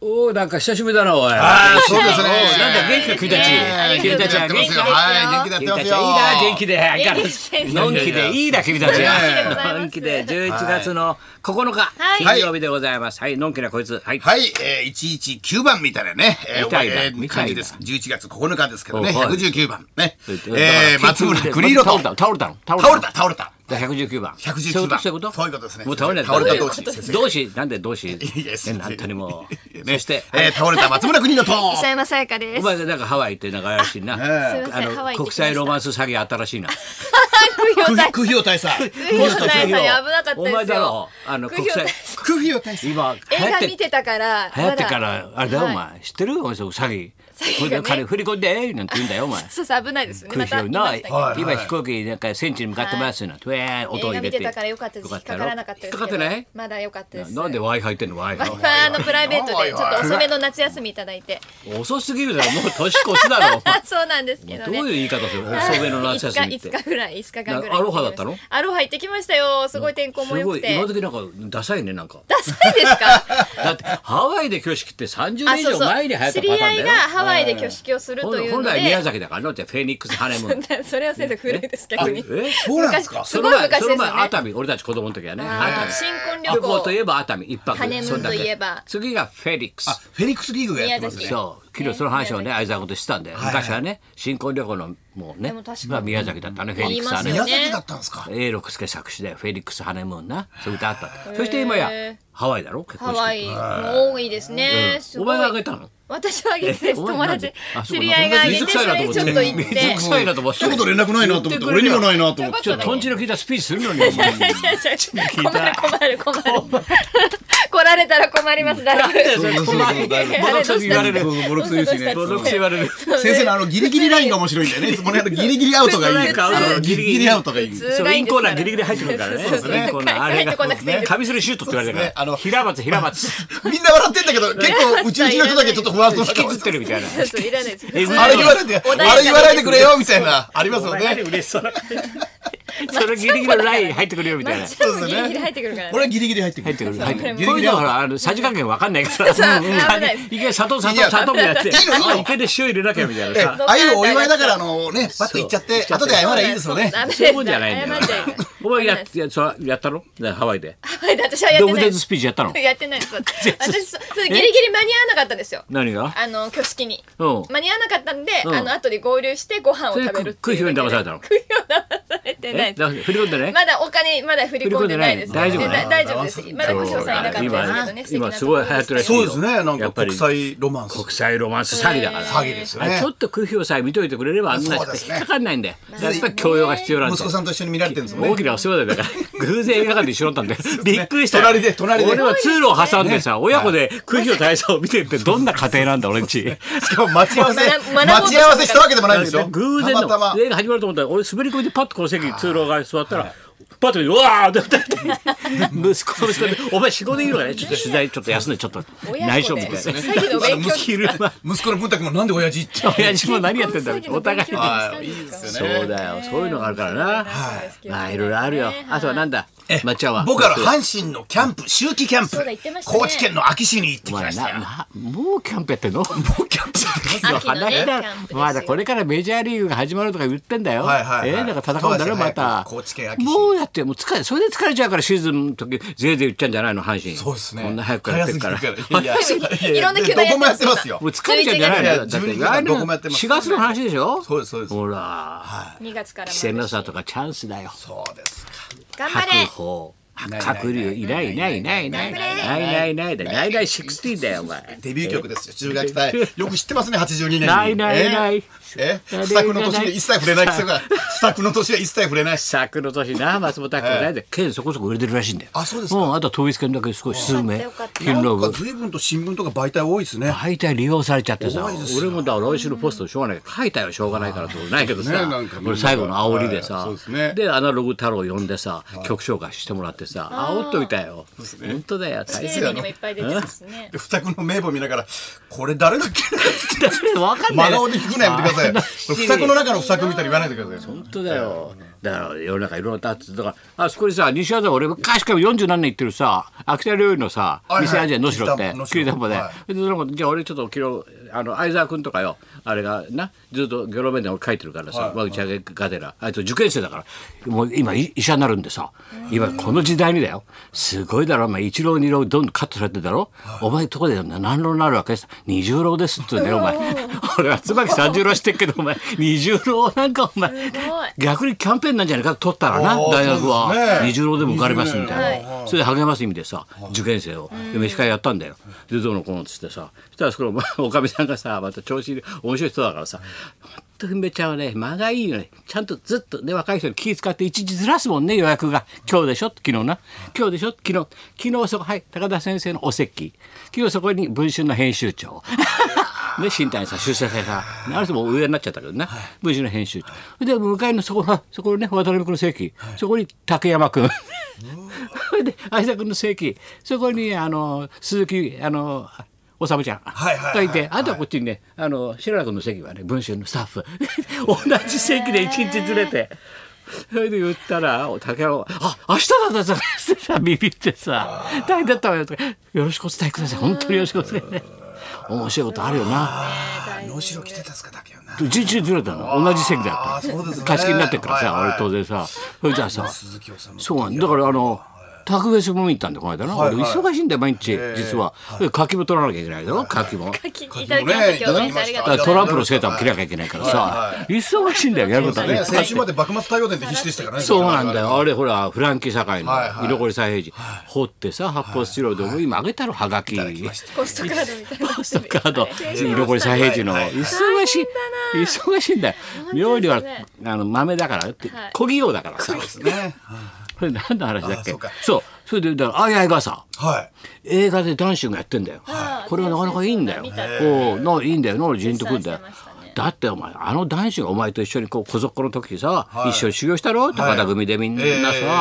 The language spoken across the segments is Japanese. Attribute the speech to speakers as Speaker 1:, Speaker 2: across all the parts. Speaker 1: おおなんか久しぶりだなおい。
Speaker 2: ああ、そうですね。
Speaker 1: なんか元気か君たち
Speaker 2: えー
Speaker 1: 君
Speaker 2: 元
Speaker 1: た
Speaker 2: 気
Speaker 1: ち
Speaker 2: でや
Speaker 1: は元
Speaker 2: ってます
Speaker 1: 気
Speaker 2: よ。
Speaker 1: だ
Speaker 2: はい、元気でやっ
Speaker 1: 君
Speaker 2: て
Speaker 1: た
Speaker 2: ま
Speaker 1: ち
Speaker 2: す
Speaker 1: いい
Speaker 2: よ。
Speaker 1: な元気でガラ
Speaker 3: 元気ですね
Speaker 1: のんきでいいな君たち
Speaker 2: いやいや
Speaker 1: はのんきで11月の9日
Speaker 3: はい
Speaker 1: 金曜日でございますはいのんきなこいつはい
Speaker 2: はい、えー、119番みたいなね、えー、
Speaker 1: みたいな
Speaker 2: おえ
Speaker 1: み
Speaker 2: ー
Speaker 1: たいな
Speaker 2: 感じです。11月9日ですけどね、
Speaker 1: おはい
Speaker 2: 119番ね。
Speaker 1: だから
Speaker 2: えー、松村栗色と。
Speaker 1: 倒れた倒れたの
Speaker 2: 倒れた、倒れた。
Speaker 1: だから119番
Speaker 2: 119番
Speaker 1: そういうこと
Speaker 2: そういうことですね
Speaker 1: もう倒れた
Speaker 2: 倒れた同士
Speaker 1: 同士同士なんで同士
Speaker 2: いやすい
Speaker 1: ね
Speaker 2: ません
Speaker 1: なんとにもう
Speaker 2: ね
Speaker 1: そして
Speaker 2: えー、倒れた松村栗色と。
Speaker 3: 磯山さやかで
Speaker 1: お
Speaker 3: す。
Speaker 1: 前なんかハワイってなんか怪しいな
Speaker 2: あ
Speaker 3: ねえすいませんハワイ行
Speaker 1: 国
Speaker 3: ってきました
Speaker 1: 際ロマンス詐欺新しいな
Speaker 3: 不評大
Speaker 2: 苦評大佐。
Speaker 3: 不評大佐に危なかったですよ。
Speaker 1: お前だろあの
Speaker 3: 不評
Speaker 1: 国際
Speaker 3: 大佐
Speaker 2: 苦評大佐。
Speaker 1: 今流
Speaker 3: 映
Speaker 1: 行っ
Speaker 3: 画
Speaker 1: て
Speaker 3: 見てたから。
Speaker 1: 流行ってか
Speaker 3: まだ
Speaker 1: らあれだよ、
Speaker 3: はい
Speaker 1: お前知ってるお前そう詐欺
Speaker 3: 詐
Speaker 1: これ
Speaker 3: 欺
Speaker 1: で
Speaker 3: がね
Speaker 1: 金振り込んでなんて言うんだよお前
Speaker 3: そうそう危ないですよね。
Speaker 1: 空襲
Speaker 3: また言い
Speaker 1: な
Speaker 3: まし
Speaker 1: い、
Speaker 3: たけど。
Speaker 2: い
Speaker 1: 今飛行機なんか戦地に向かってますよなんて、ウェーン音を入れて
Speaker 3: 映画見てたから良かったです。引っかからなかったです
Speaker 1: 引
Speaker 3: け
Speaker 1: っか
Speaker 3: ど。
Speaker 1: かってない
Speaker 3: まだ良かったです。
Speaker 1: なんで Y 入ってんの Y
Speaker 3: まああのプライベートでちょっと遅めの夏休みいただいて。
Speaker 1: 遅すぎるだろもう年越しだろ
Speaker 3: そうなんですけど
Speaker 1: どう
Speaker 3: ね。
Speaker 1: いう言い方する遅めの夏休みっ
Speaker 3: 5
Speaker 1: て
Speaker 3: 日5日ぐらい5日間ぐらい
Speaker 1: アロハだったの
Speaker 3: アロハ行ってきましたよすごい天候も
Speaker 1: す
Speaker 3: 良
Speaker 1: ご
Speaker 3: く
Speaker 1: い
Speaker 3: て
Speaker 1: 今時なんかダサいねなんか
Speaker 3: ダサいですか
Speaker 1: だってハワイで挙式って30
Speaker 3: あ
Speaker 1: 年以
Speaker 3: そう
Speaker 1: 上
Speaker 3: そう
Speaker 1: 前に流行った
Speaker 3: 知
Speaker 1: パターンだ
Speaker 3: り合
Speaker 1: よ
Speaker 3: いがハワイで挙式をするというの
Speaker 1: 本
Speaker 3: で
Speaker 1: 来宮崎だからのってフェニックスハネ ムーン
Speaker 3: それは先生古いです逆に
Speaker 1: え
Speaker 2: そうなんですか。
Speaker 3: 昔
Speaker 1: その
Speaker 3: すごい
Speaker 1: 前
Speaker 3: 昔です
Speaker 1: そ
Speaker 3: よ
Speaker 1: の
Speaker 3: ね
Speaker 1: 前熱海俺たち子供の時はね
Speaker 3: あー
Speaker 1: 熱
Speaker 3: 新婚
Speaker 1: 海
Speaker 3: 旅
Speaker 1: 旅行
Speaker 3: 行
Speaker 1: といえば熱海一泊
Speaker 3: ハネムーン
Speaker 1: そんだけ
Speaker 3: といえば
Speaker 1: 次がフェリックス
Speaker 2: あ、フェニックスリーグがやってますね
Speaker 3: 宮。
Speaker 1: そう昨日その話をね相沢君としてたんで昔はね新婚旅行のもうね
Speaker 3: でも確かに
Speaker 1: まあ宮崎だったねフェニックス
Speaker 3: 言い
Speaker 1: ハ
Speaker 3: ます
Speaker 1: ネ
Speaker 3: よ
Speaker 1: ムー
Speaker 2: 宮
Speaker 1: ン
Speaker 3: ね
Speaker 2: 崎だったんですか。
Speaker 1: 永六輔作詞でフェリックスハネムーンなそういう歌あったそして今やハワイだろ結
Speaker 3: ハ
Speaker 1: 婚
Speaker 3: ワ
Speaker 1: 式
Speaker 3: イも多いですね、す
Speaker 1: お
Speaker 3: ごい
Speaker 1: 前があげたの
Speaker 3: 私はあげてです
Speaker 1: えお前
Speaker 3: 友
Speaker 1: なんで
Speaker 3: 達
Speaker 1: あそう
Speaker 3: 知
Speaker 1: か
Speaker 3: り合いがあげて
Speaker 1: 水臭い
Speaker 3: そ
Speaker 1: な
Speaker 3: れ
Speaker 1: 思
Speaker 3: で
Speaker 1: って
Speaker 3: ちょっと行っ
Speaker 1: 水
Speaker 3: て
Speaker 1: 臭いなと思って
Speaker 2: 一言連絡ないなと思って、俺にもないなと思って。
Speaker 1: ちょっとトンチの効いたスピーチする のに
Speaker 3: 困る困 る困る来られたら困りますだいぶ
Speaker 1: そうそうそう
Speaker 3: 困る
Speaker 2: だいぶ
Speaker 3: あれどうした
Speaker 1: 言われる
Speaker 2: そうそうボロクソ言うしね。
Speaker 1: ボロクソ言われる
Speaker 2: 先生のあのギリギリラインが面白いんだよね。いつもね、あのギリギリアウトがいい。
Speaker 1: そう
Speaker 2: ギリギリアウトがいい。
Speaker 3: 普
Speaker 2: ね、
Speaker 3: 通
Speaker 1: そう
Speaker 3: ラ
Speaker 1: イ
Speaker 3: イ
Speaker 1: ン
Speaker 3: ン
Speaker 1: コーナー
Speaker 3: で
Speaker 1: ギ
Speaker 3: すから
Speaker 1: リギリ入ってくるからね
Speaker 3: そうそうそう
Speaker 1: インコーナーあれ
Speaker 3: 入ってこなくていい
Speaker 1: が
Speaker 3: です
Speaker 1: カミソリシュートって言われたから
Speaker 2: そうですねあの
Speaker 1: 平松平松
Speaker 2: みんな笑ってんだけど、結構、うちうちの人だけちょっと不安そう
Speaker 1: 引
Speaker 2: な
Speaker 1: き
Speaker 2: 顔
Speaker 1: ず
Speaker 2: し
Speaker 1: ってて
Speaker 2: る。
Speaker 1: るみたいな
Speaker 3: そうそういらないです普通に
Speaker 1: えぐい
Speaker 2: あれ言わないで、
Speaker 3: 穏やか
Speaker 2: あれ言わないでくれよ、みたいな、ありますよ
Speaker 1: 何
Speaker 2: ね。
Speaker 1: 嬉しそうなそれギリギリのライン入ってくるよみたいな
Speaker 3: 抹茶もギリギリ入ってくるからね
Speaker 2: 俺はギリギリ入ってく
Speaker 1: 入ってく
Speaker 2: る。
Speaker 1: る
Speaker 2: い
Speaker 1: 入ってくる
Speaker 2: ギリギリ
Speaker 1: こういうのはほらあのさじ加減わかんないから
Speaker 3: そう
Speaker 1: うんうん
Speaker 3: 危ないです
Speaker 1: いけ砂糖砂
Speaker 2: い
Speaker 1: 糖
Speaker 2: や
Speaker 1: 砂糖みたいなって
Speaker 2: いいのいいの
Speaker 1: あいけで塩入れなきゃみたいな
Speaker 2: え
Speaker 1: さ
Speaker 2: ああいうお祝いだから、あのね、パッと行っちゃって、後で謝ればいいですよね。
Speaker 3: ダメです
Speaker 1: そういうもんじゃないんだよ
Speaker 3: 謝っちゃいけない
Speaker 1: お前やっやそやったろねハワイで
Speaker 3: はい 私はやっ
Speaker 1: ド
Speaker 3: て
Speaker 1: ブ
Speaker 3: ない
Speaker 1: デ
Speaker 3: で
Speaker 1: ズ
Speaker 3: す
Speaker 1: スピーチやったの
Speaker 3: やってな いです私そそれギリギリ間に合わなかったんですよ
Speaker 1: 何が
Speaker 3: あの挙式に
Speaker 1: うん
Speaker 3: 間に合わなかったんで、
Speaker 1: うん
Speaker 3: あの後で合流してご飯を
Speaker 1: それ
Speaker 3: 食べるってい
Speaker 1: く
Speaker 3: う
Speaker 1: 食い票
Speaker 3: だけで
Speaker 1: に騙されたの
Speaker 3: 食い票に騙されてない
Speaker 1: え
Speaker 3: です
Speaker 1: だから振り込んでね
Speaker 3: まだお金まだ振り込んでないです
Speaker 1: 振り込んでないの
Speaker 3: で大丈夫ですまだ小翔さんいなかったですけどね素敵な
Speaker 1: 今すごい流行ってるらしい
Speaker 2: そう
Speaker 1: よ
Speaker 2: ですね、なん
Speaker 1: や
Speaker 2: か
Speaker 1: っぱり
Speaker 2: 国際ロマンス。
Speaker 1: 国際ロマンス詐欺だから
Speaker 2: 詐欺ですよね
Speaker 1: ちょ。っと空評さえ見といてくれればあんな
Speaker 2: そうです
Speaker 1: 引
Speaker 2: ね
Speaker 1: っかかんないんだよやっぱり教養が必要なんだ
Speaker 2: 息子
Speaker 1: よ
Speaker 2: さんと一緒に見られてるんですもん
Speaker 1: 大
Speaker 2: ね。
Speaker 1: きなお世話だから偶然映画館で一緒だったんだよびっくりしたよ
Speaker 2: 隣で隣で
Speaker 1: 俺は通路を挟んでさ親子で空気の大佐を見てるってどんな家庭なんだ俺んち
Speaker 2: しかも待ち合わせ、
Speaker 3: 学ぼうと
Speaker 2: 待ち合わせしたわけでもないんですよ。
Speaker 1: 偶然
Speaker 2: たまたま
Speaker 1: の。映画始まると思ったら俺滑り込みでパッとこの席に通路側に座ったらパッと見てうわーって息子の 息子で「お前仕事でいいのかねちょっと取材ちょっと休んでちょっと内緒」みたい
Speaker 3: 親
Speaker 1: な
Speaker 3: 子で詐欺の勉強
Speaker 1: 昼間
Speaker 2: 息子の文太君もなんで親 父って。
Speaker 1: 親父も何やってんだろうお互いに
Speaker 2: はい、いいです
Speaker 1: そ
Speaker 2: よね。
Speaker 1: うだよそういうのがあるからなまあいろいろあるよあとはなんだまっちゃんは
Speaker 2: 僕ら阪神のキャンプ、秋季キャンプ、
Speaker 3: そうだ言ってましたね
Speaker 2: 高知県の秋市に行ってき
Speaker 1: お
Speaker 2: ま
Speaker 1: 前
Speaker 2: した
Speaker 1: な
Speaker 2: よ。
Speaker 1: なもうキャンプやってんの
Speaker 2: もうキャンプし てますよ
Speaker 3: 秋のねキャンプですよ
Speaker 1: まだこれからメジャーリーグが始まるとか言ってんだよ。
Speaker 2: はいはいはい
Speaker 1: えーなんか戦うんだろ
Speaker 2: そうです
Speaker 1: ま
Speaker 2: よ
Speaker 1: た
Speaker 2: 早。く高知県秋市
Speaker 1: もうやってもう疲れそれで疲れちゃうからシーズンの時ぜいぜい言っちゃうんじゃないの阪神。
Speaker 2: そうですね。
Speaker 1: こんな早くからやってるから。
Speaker 2: 早すぎる
Speaker 1: も
Speaker 2: いやいや
Speaker 3: いろんな球団
Speaker 2: どこもやってますよ
Speaker 1: う。疲れちゃうんじゃないの
Speaker 2: いや
Speaker 1: だって
Speaker 2: 12月はどこもやってます
Speaker 1: 4月の話でしょ。
Speaker 2: そうですそうです
Speaker 1: ほら。
Speaker 3: 2月か
Speaker 1: 稀
Speaker 3: らもあるし
Speaker 1: 勢の差とかチャンスだよ。
Speaker 2: そうですか。
Speaker 3: 頑張
Speaker 1: 白
Speaker 3: れ
Speaker 1: 鵬。
Speaker 2: ない
Speaker 1: 白龍いないいないいないいないいないいないいないだないないシックスティーンだよお前。
Speaker 2: デビュー曲ですよ。中学 隊。よく知ってますね、82年に。
Speaker 1: ないないない
Speaker 2: ええ不作の年で一切触れない人が、不作の年は一切触れない。
Speaker 1: 昨の年な松本拓君ないで県そこそこ売れてるらしいんだよ。
Speaker 2: あそうですか
Speaker 1: んあとは統一県だけ少し数名
Speaker 3: よかっ。た
Speaker 1: 勤労
Speaker 2: なん
Speaker 1: 部
Speaker 2: か。随分と新聞とか媒体多いですね。
Speaker 1: 大体利用されちゃってさ
Speaker 2: 多いですよ
Speaker 1: 俺もだから来週のポストしょうがない書いたよしょうがないからってことないけど
Speaker 2: ね
Speaker 1: さ、
Speaker 2: なんかみんな
Speaker 1: 俺最後の煽りでさ、
Speaker 2: はいそうですね
Speaker 1: アナログ太郎呼んでさ、曲紹介してもらってさ煽っといたよ、本当だよ大
Speaker 3: テ
Speaker 1: 変
Speaker 3: レ
Speaker 1: だ
Speaker 3: ビにもいっぱい出てますしね
Speaker 2: で、不作の名簿見ながら、これ誰だっけ
Speaker 1: 分かんない
Speaker 2: 真顔で聞くのやめてください。これ不作の中の不作みたいに言わないでください。
Speaker 1: 本当だよだから世の中いろいろとあってだからあそこにさ西麻布俺昔から40何年行ってるさ秋田料理のさ
Speaker 2: はいはい
Speaker 1: 店アジア能代って
Speaker 2: きりたんぽ能代
Speaker 1: きりたんぽで、
Speaker 2: は
Speaker 1: でその子じゃあ俺ちょっと昨日あの相沢君とかよあれがなずっとゲロ弁で俺書いてるからさ、
Speaker 2: はい
Speaker 1: ワグチャゲガデラあいつ受験生だからもう今い医者になるんでさ今この時代にだよすごいだろお前一郎二郎どんどんカットされてるだろ、お前とこで何郎になるわけです二十郎ですっつうねお前 俺は椿三十郎してっけどお前二十郎なんかお前逆にキャンペーンなんじゃないか取ったらな
Speaker 2: あー
Speaker 1: 大学
Speaker 2: そうです
Speaker 1: は
Speaker 2: ね
Speaker 1: 二十郎でも受かりますみたいな。
Speaker 3: はい
Speaker 1: それで励ます意味でさ受験生をで飯会やったんだよでどうのこうのっつってさそしたらそこのおかみさんがさまた調子いい面白い人だからさほんとふんべちゃんはね間がいいのねちゃんとずっとで若い人に気使って一日ずらすもんね予約が今日でしょ昨日な今日でしょ昨日昨日そこはい高田先生のお席昨日そこに文春の編集長ね、新谷さん、出世さんさん、あの人も上になっちゃったけどね、文春の編集長。で、向かいのそこ、そこね、渡辺君の席、そこに竹山君。 それで相沢君の席そこにあの鈴木あのおさむちゃん
Speaker 2: はいはいはい
Speaker 1: がいてあとはこっちにねあの白良君の席はね文春のスタッフ 同じ席で一日ずれて。それで言ったら竹山が「あ明日だった」ってさビビってさ「大変だったわよ」とか「よろしくお伝えください本当によろしくお伝えください」面白いことあるよな
Speaker 2: 能代来てたっすかだけよな
Speaker 1: 一日ずれたの同じ席だ
Speaker 2: あ
Speaker 1: っ
Speaker 2: ーそうで
Speaker 1: た
Speaker 2: すね
Speaker 1: 貸し切りになってるからさ
Speaker 2: はいはい
Speaker 1: 俺当然さそれじゃあさ
Speaker 2: 鈴木治
Speaker 1: そうなんだだからあの卓別も見に行ったんだよこの間な、
Speaker 2: はいはい
Speaker 1: 俺忙しいんだよ毎日実は、で柿も取らなきゃいけないだろ柿も。だ
Speaker 3: きいただきました今日先生ありが
Speaker 1: から
Speaker 3: とうご
Speaker 1: ト
Speaker 3: ざい
Speaker 1: ラ
Speaker 3: ま
Speaker 1: ンプのセーターも着なきゃいけないからさ、
Speaker 2: はいは
Speaker 1: 忙しいんだよやることはね
Speaker 2: ね先週まで幕末太陽伝で必死でしたからね
Speaker 1: そうなんだ
Speaker 2: 我々
Speaker 1: よあれほらフランキー堺の
Speaker 2: はいはい
Speaker 1: 居残り再平次、掘ってさ発泡スチロールでも今あげたろはがき
Speaker 3: すポストカードみたいなポス
Speaker 1: ストカー ド居残り再平次の
Speaker 2: はいはい
Speaker 1: 忙しい忙しいんだよ料理は
Speaker 3: 本当です
Speaker 1: あの豆だからって
Speaker 3: はい
Speaker 1: 小企業だからさ
Speaker 2: ですね
Speaker 1: これ何の話だっけ
Speaker 2: あそうか
Speaker 1: そうそれでだからあいあいがさ
Speaker 2: はい
Speaker 1: 映画で男子がやってんだよ、
Speaker 3: はい
Speaker 1: これはなかなかいいんだよ
Speaker 3: 見たね
Speaker 1: おうのいいんだよのジーンとくんだよ
Speaker 3: 絶賛してましたね
Speaker 1: だってお前あの男子がお前と一緒にこう小底の時さ、一緒に修行したろ高田組でみんなさ、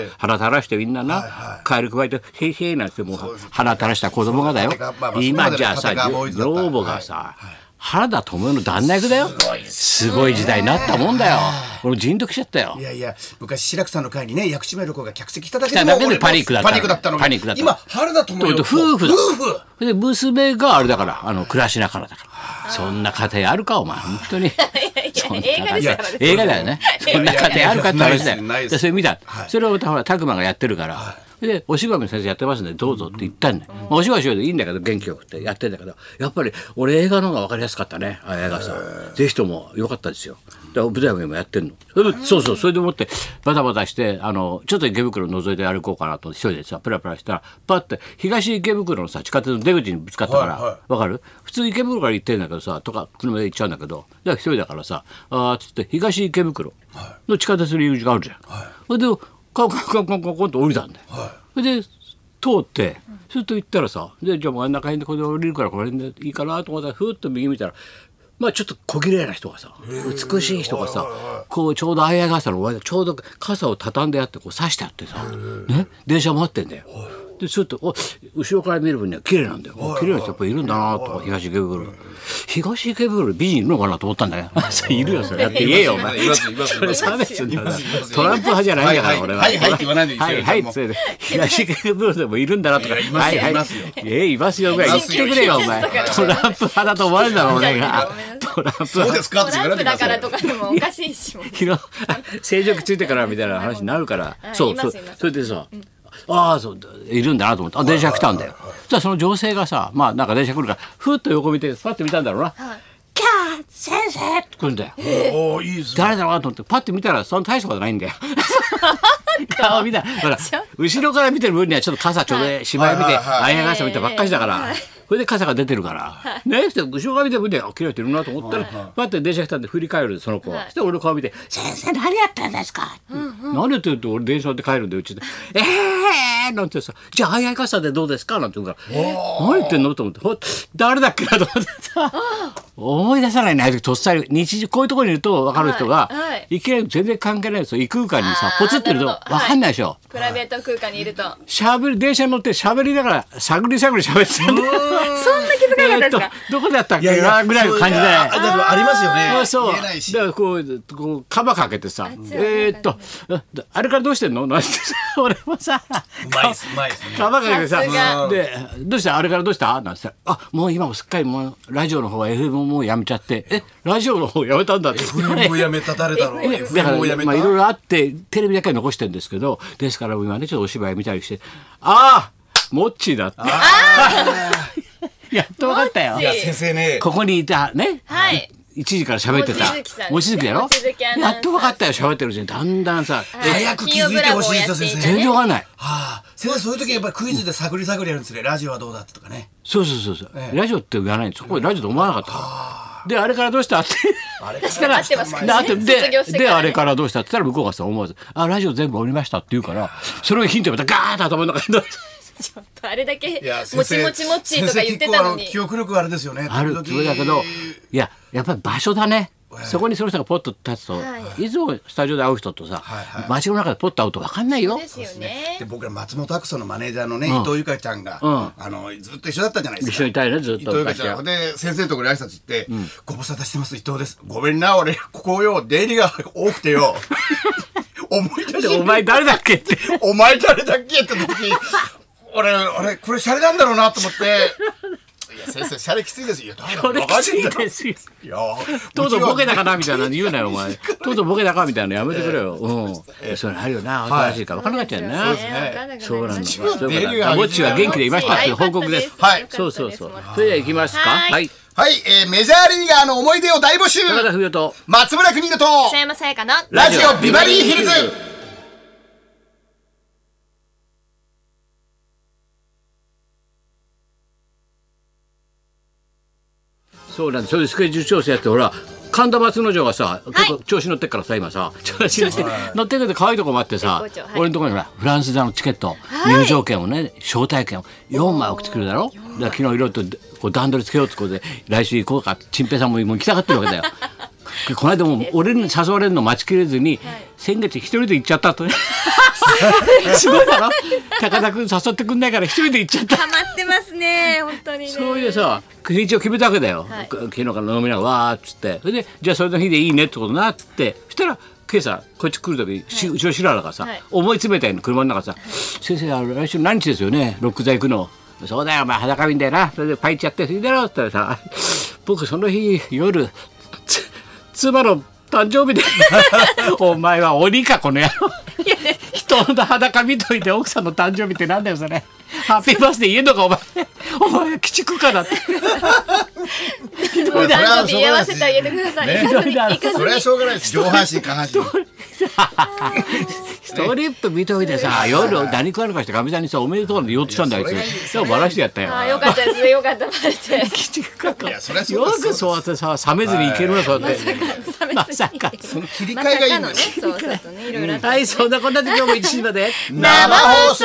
Speaker 2: ええ
Speaker 1: 鼻垂らしてみんなな、
Speaker 2: いはい
Speaker 1: カエル加えて「へいへい」なんてもう鼻垂らした子供がだよ、
Speaker 2: そうですまあまあ
Speaker 1: 今じゃあさ
Speaker 2: そこまでの方がボーイズだった
Speaker 1: 女房がさ、原田知世の旦那役だよすごい時代になったもんだよ俺ジーンときちゃったよ
Speaker 2: いやいや昔志らくさんの会にね薬師丸子が客席しただけ
Speaker 1: 来ただけで
Speaker 2: 俺も
Speaker 1: パニックだった
Speaker 2: パニックだったのに
Speaker 1: パニックだった
Speaker 2: 今原田知世
Speaker 1: 夫
Speaker 2: と
Speaker 1: 婦だ
Speaker 2: 夫婦
Speaker 1: で娘があれだからあの暮らしなからだからそんな家庭あるかお前本当 にそんな家
Speaker 3: 映画ですからね
Speaker 1: 映画だよねそんな家庭あるかって話だよ
Speaker 2: いやいやいやないです
Speaker 1: でそれ見た
Speaker 2: はい
Speaker 1: それをまたほら拓磨がやってるから、でお芝居の先生やってますんでどうぞって言ったんだよ、まあお芝居しようでいいんだけど元気よくってやってんだけどやっぱり俺映画の方が分かりやすかったねあ映画さんぜひともよかったですよだから舞台も今やってんのそれでそうそうそれでもってバタバタしてあのちょっと池袋覗いて歩こうかなと一人でさプラプラしたらパッて東池袋のさ地下鉄の出口にぶつかったから、
Speaker 2: はいはい
Speaker 1: わかる普通池袋から行ってんだけどさとか車で行っちゃうんだけどだから一人だからさあーっつって東池袋の地下鉄の入り口があるじゃん、それでカンカンカンカンカンカンと降りたんだよ、それで通ってすると行ったらさでじゃあ真ん中辺でこれで降りるからこの辺でいいかなと思ったらふーっと右見たらまあちょっと小綺麗な人がさ美しい人がさこうちょうど相合い傘の前でちょうど傘を畳んであってこう差してあってさ、ね、電車待ってんだよ。でちょっとお後ろから見る分には綺麗なんだよ。お綺麗な人やっぱいるんだなとか東池袋東池袋に美人いるのかなと思ったんだ よ。そういるよそれだって言えよお前。
Speaker 2: いますいます
Speaker 1: それ差別になるトランプ派じゃないんだから俺は。
Speaker 2: はいはいはいはいって言わないでいいです
Speaker 1: は
Speaker 2: よ
Speaker 1: いはい
Speaker 2: もう
Speaker 1: それで東池袋でもいるんだなとか。
Speaker 2: いやいますよ
Speaker 1: はいは
Speaker 2: ますよ
Speaker 1: えいますよぐらい言ってくれよお前。トランプ派だと思われたの俺 が。トランプ派
Speaker 2: そうですかって言
Speaker 3: ト
Speaker 2: われ
Speaker 3: ラン
Speaker 2: てく
Speaker 3: プ
Speaker 2: ださ
Speaker 3: だか
Speaker 2: い
Speaker 3: らとかでもおかしいしもう
Speaker 1: 昨日成熟ついてからみたいな話になるから、
Speaker 3: はい
Speaker 1: そう
Speaker 3: い
Speaker 1: そ
Speaker 3: ま
Speaker 1: う
Speaker 3: すいます
Speaker 1: それでさ、ああそういるんだなと思ってあ電車来たんだよ、そしたらその女性がさまあなんか電車来るからふっと横見てパッて見たんだろうな「キャー先生!」って来るんだよ、
Speaker 2: おおいいですね
Speaker 1: 誰だろうなと思ってパッて見たらそんな大したことないんだよ 顔見たほら後ろから見てる分にはちょっと傘ちょうど芝居見
Speaker 2: はい
Speaker 1: て
Speaker 2: はいはい
Speaker 1: あやがさ見たばっかりだからそれで傘が出てるからねそして後ろから見てる分にはあ綺麗な人いるなと思ったらパッて電車来たんで振り返るその子はそして俺の顔見て「先生何やってんですか?」何やってるって俺電車で帰るんでうちで「ええ!」なんてさ「じゃああやがさでどうですか?」なんて言うから「何言ってんの?」と思ってほっ「誰だっけな?」と思ってさ思い出さないねああいう時とっさに日常こういうところにいると分かる人が、
Speaker 3: はいはい
Speaker 1: いきなり全然関係ないですよ異空間にさ
Speaker 3: あー
Speaker 1: ポツってると
Speaker 3: な
Speaker 1: 分
Speaker 3: るほど
Speaker 1: かんないでしょ、
Speaker 3: プライベート空間にいると
Speaker 1: しゃべる電車に乗ってしゃべりながら探り探りしゃべってたんだよ
Speaker 3: そんな気づかなかったです
Speaker 1: と
Speaker 3: か
Speaker 1: どこだったっけなぐらいの感じで。
Speaker 2: あでもありますよね。
Speaker 1: あそう
Speaker 2: 言えないし。
Speaker 1: だからこうこうカバかけてさ「
Speaker 3: 熱い
Speaker 1: えーっとああれからどうしてんの?」なんて さ俺もさ
Speaker 2: うまいです、うまいですね。
Speaker 1: カバかけてさ
Speaker 3: さす
Speaker 1: 「
Speaker 3: が
Speaker 1: でどうしたあれからどうした?」なんてさ「あもう今もすっかりもうラジオの方は FM ももうやめちゃってえラジオの方やめたんだ」って。
Speaker 2: FM をやめた誰だろう。
Speaker 1: ねだか
Speaker 2: FM をや
Speaker 1: ら
Speaker 2: め
Speaker 1: ま
Speaker 2: た。
Speaker 1: あいろいろあってテレビだけは残してるんですけどですから今ねちょっとお芝居見たりして「ああモッチーだ」ってやっと分かったよ
Speaker 3: モッ
Speaker 2: い
Speaker 3: チー
Speaker 2: や先生ね。
Speaker 1: ここにいたね
Speaker 3: はい。
Speaker 1: 1時から喋ってた
Speaker 3: 望月さん
Speaker 1: 望月だろ
Speaker 3: 望月アナウンサー
Speaker 1: やっと分かったよ喋ってるうちにだんだんさ
Speaker 2: 早く気づいてほしいですよ先
Speaker 1: 全
Speaker 2: 生。
Speaker 1: 然分かんない
Speaker 2: はあ、先生そういう時やっぱりクイズで探り探りやるんですね。ラジオはどうだってとかね。
Speaker 1: そうそうそうそう
Speaker 2: ええ
Speaker 1: ラジオって言わないんですそこでラジオと思わなかったからであれからどうしたって
Speaker 2: あれか
Speaker 1: だから
Speaker 3: 待ってますからね
Speaker 1: であとで
Speaker 3: 卒業してからね
Speaker 1: であれからどうしたって言ったら向こうがさ思わず「あラジオ全部降りました」って言うからそれをヒントにまたガーッと頭の中に
Speaker 3: ちょっとあれだけ
Speaker 2: いや、先
Speaker 3: もち
Speaker 2: 生。
Speaker 3: もちもちとか言ってたのに
Speaker 2: 先生結構あ記憶力あれですよね。
Speaker 1: ある
Speaker 2: 時
Speaker 1: そ
Speaker 2: 々
Speaker 1: れだけどいややっぱり場所だね
Speaker 2: ええ
Speaker 1: そこにその人がポッと立つと、、
Speaker 3: はい
Speaker 1: つもスタジオで会う人とさ、
Speaker 2: はいはい
Speaker 1: 街の中でポッと会うと分かんないよ
Speaker 3: ですよね
Speaker 2: で。僕ら松本明子のマネージャーのね、伊藤由香ちゃんが、
Speaker 1: うん
Speaker 2: あのずっと一緒だったじゃないです
Speaker 1: 一緒
Speaker 2: か
Speaker 1: にいたいねずっと
Speaker 2: 伊藤由香ちゃんで先生のところに挨拶行って、ご無沙汰してます伊藤ですごめんな俺ここよ出入りが多くて よ思い出
Speaker 1: で
Speaker 2: し
Speaker 1: お前誰だっけって
Speaker 2: お前誰だっけって時俺俺これシャレなんだろうなと思っていや先生シャレきついですよいやだ
Speaker 1: こ
Speaker 2: から
Speaker 1: れ
Speaker 2: 分
Speaker 1: き
Speaker 2: かん
Speaker 1: つ
Speaker 2: ないん
Speaker 1: い
Speaker 2: だろ
Speaker 1: ですよ
Speaker 2: いや
Speaker 1: とうとうボケたか
Speaker 2: な
Speaker 1: なみたいなの言うなよお前とうとうボケたかみたいなのやめてくれよ、うんそれあるよな新しいから分からなかったよな、
Speaker 2: すね
Speaker 3: わかんなく
Speaker 1: そうな
Speaker 3: り
Speaker 1: ん
Speaker 3: ま
Speaker 1: です
Speaker 3: した
Speaker 1: よそういうことなんだぼっちは元気でいましたっていう報告です
Speaker 2: はい
Speaker 1: そうそうそう
Speaker 3: よかった
Speaker 1: それでは行きますか
Speaker 3: はい
Speaker 1: はい
Speaker 2: はい、えーメジャーリーガーの思い出を大募集
Speaker 1: 田中冬と
Speaker 2: 松村邦人と
Speaker 3: です山さやかの
Speaker 2: ラジオビバリーヒルズ
Speaker 1: そうなんですそれでスケジュール調整やってほら神田松之丞がさ結構調子乗ってっからさ今さ調子乗って乗ってくれて可愛いとこもあってさ
Speaker 3: 絶好調はい
Speaker 1: 俺のところにほらフランス座のチケット入場券をね招待券を4枚送ってくるだろだから昨日いろいろとこう段取りつけようってことで来週行こうかチンペイさんももう行きたがってるわ けだよでこの間も俺に誘われるの待ちきれずに、先月一人で行っちゃったと すごいだろ高田君誘ってくんないから一人で行っちゃった
Speaker 3: ハマってますね本当にね。
Speaker 1: そういうさ日にちを決めたわけだよ、
Speaker 3: はい
Speaker 1: 昨日から飲みながらわーっつってそれでじゃあそれの日でいいねってことになってそしたら今朝こっち来る時、し後ろ白原がさ、
Speaker 3: はい
Speaker 1: 思い詰めたように車の中さ「先生あの来週何日ですよねロック座行くの」そうだよお前裸見んだよなそれでパイチやってそれだろ」って言ったらさ「僕その日夜つ妻の誕生 日でお前は鬼かこの野郎人の裸見といて奥さんの誕生日ってなんだよそれハッピーバースデー言えんのかお前お前鬼畜かだって
Speaker 3: お誕生日合わせてあげてください。
Speaker 2: ね
Speaker 3: 行かずに行かず
Speaker 2: それは
Speaker 3: に
Speaker 2: しょうがないです上半身下半身
Speaker 1: ストリップ見といてさ夜何食わぬかしてかみさんにさおめでとうなんて言おうとしたんだあいつ
Speaker 2: いや
Speaker 1: でも笑してやったよ
Speaker 3: あーよかったですねよかったバレて。
Speaker 1: 鬼畜か
Speaker 2: いやそりゃそう
Speaker 1: よ
Speaker 2: です
Speaker 1: くそうやってさ冷めずにいけるなそうやってまさか
Speaker 2: そ の切り替
Speaker 3: ま
Speaker 2: えが
Speaker 3: さ
Speaker 2: いい
Speaker 3: か
Speaker 2: ん
Speaker 3: の
Speaker 2: で
Speaker 3: ね
Speaker 2: す
Speaker 3: そうそうとねいろいろあった
Speaker 1: はいそんなこんなで今日も一時まで
Speaker 2: 生放送